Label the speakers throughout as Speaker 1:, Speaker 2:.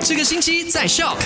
Speaker 1: 这个星期在 Shock。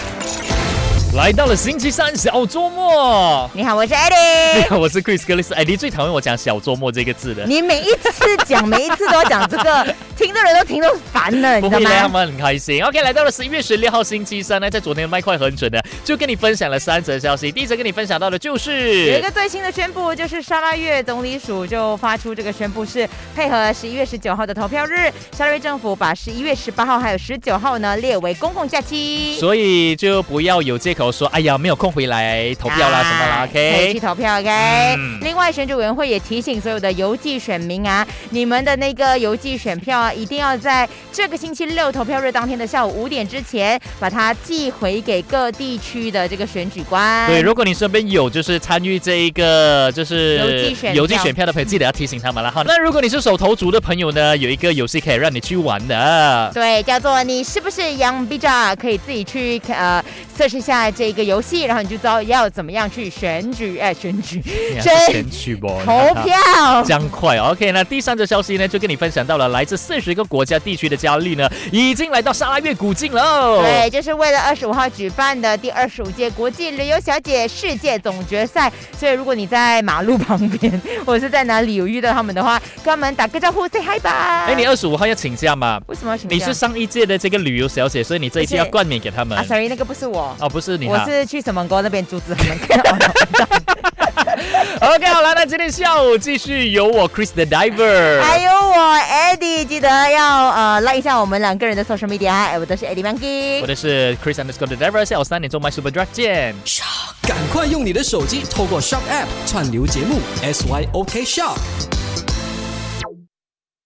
Speaker 2: 来到了星期三小周末，
Speaker 3: 你好，我是 Eddie。
Speaker 2: 我是 Chris 格里斯。哎，你最讨厌我讲小周末这个字的，
Speaker 3: 你每一次讲，每一次都要讲这个，听的人都听到烦了，
Speaker 2: 不
Speaker 3: 你知道
Speaker 2: 会的，他
Speaker 3: 吗？
Speaker 2: 们很开心。OK，来到了十一月十六号星期三呢，在昨天麦快很准的，就跟你分享了三则消息。第一则跟你分享到的就
Speaker 3: 有一
Speaker 2: 是
Speaker 3: 个。最新的宣布，就是沙拉越总理署就发出这个宣布，是配合十一月十九号的投票日，沙拉越政府把十一月十八号还有十九号呢列为公共假期。
Speaker 2: 所以就不要有借口说，哎呀，没有空回来投票啦什么啦
Speaker 3: 哎可以去
Speaker 2: ，OK？
Speaker 3: 投票，OK、
Speaker 2: 嗯
Speaker 3: 另外，选举委员会也提醒所有的邮寄选民啊，你们的那个邮寄选票啊，一定要在这个星期六投票日当天的下午五点之前，把它寄回给各地区的这个选举官。
Speaker 2: 对，如果你身边有就是参与这一个就是
Speaker 3: 邮寄选票
Speaker 2: 邮寄选票的朋友，记得要提醒他们了哈。那如果你是手头族的朋友呢，有一个游戏可以让你去玩的。
Speaker 3: 对，叫做你是不是 Young b i j a 可以自己去呃测试一下这个游戏，然后你就知道要怎么样去选举，哎、选 举真
Speaker 2: 选取不
Speaker 3: 投票。
Speaker 2: 将快哦 OK，那第三则消息呢，就跟你分享到了，来自四十个国家地区的佳丽呢，已经来到沙拉越古晋喽。
Speaker 3: 对，这是为了二十五号举办的第二十五届国际旅游小姐世界总决赛。所以，如果你在马路旁边， 或者是在哪里有遇到他们的话，跟他们打个招呼，say hi 吧。
Speaker 2: 哎，你二十五号要请假吗？
Speaker 3: 为什么要请假？
Speaker 2: 你是上一届的这个旅游小姐，所以你这一届要
Speaker 3: 不是
Speaker 2: 冠冕给他们
Speaker 3: 啊。？Sorry，那个不是我，
Speaker 2: 哦，不是你
Speaker 3: 我
Speaker 2: 哈。
Speaker 3: 是去什么国那边阻止他 们看到
Speaker 2: OK，好了，那今天下午继续由我 Chris the
Speaker 3: 还
Speaker 2: Diver。
Speaker 3: 有哎我 Eddie，记得要呃拉一下我们两个人的 social media，哎我都是 Eddie Monkey
Speaker 2: 我。的是 Chris underscore the Diver，下午三点钟 My Super Drive 见。
Speaker 1: 赶快用你的手机透过 Shock App 串流节目 SYOK Shock。